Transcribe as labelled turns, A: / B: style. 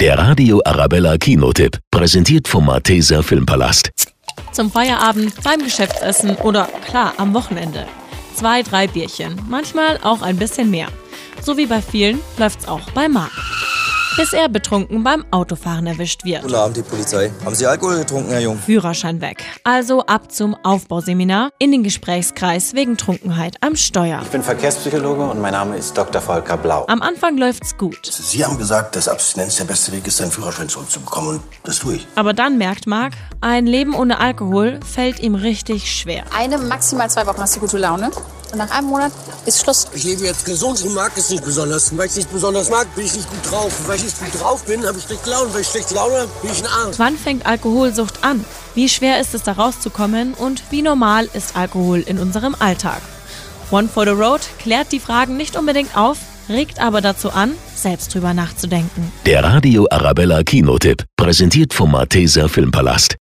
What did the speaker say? A: Der Radio Arabella Kinotipp, präsentiert vom Malteser Filmpalast.
B: Zum Feierabend, beim Geschäftsessen oder klar am Wochenende. Zwei, drei Bierchen, manchmal auch ein bisschen mehr. So wie bei vielen läuft's auch bei Marc. Bis er betrunken beim Autofahren erwischt wird.
C: Guten Abend, die Polizei. Haben Sie Alkohol getrunken, Herr Jung?
B: Führerschein weg. Also ab zum Aufbauseminar in den Gesprächskreis wegen Trunkenheit am Steuer.
D: Ich bin Verkehrspsychologe und mein Name ist Dr. Volker Blau.
B: Am Anfang läuft's gut,
E: Sie haben gesagt, dass Abstinenz der beste Weg ist, seinen Führerschein zurückzubekommen. Und das tue ich.
B: aber dann merkt Marc, ein Leben ohne Alkohol fällt ihm richtig schwer.
F: eine, maximal zwei Wochen hast du gute Laune. Und nach einem Monat ist Schluss.
G: Ich lebe jetzt gesund und mag es nicht besonders. Und weil ich es nicht besonders mag, bin ich nicht gut drauf. Und weil ich nicht gut drauf bin, habe ich schlechte Laune. Weil ich schlechte Laune habe, bin ich ein Arsch.
B: Wann fängt Alkoholsucht an? Wie schwer ist es, da rauszukommen? Und wie normal ist Alkohol in unserem Alltag? One for the Road klärt die Fragen nicht unbedingt auf, regt aber dazu an, selbst drüber nachzudenken.
A: Der Radio Arabella Kinotipp, präsentiert vom Malteser Filmpalast.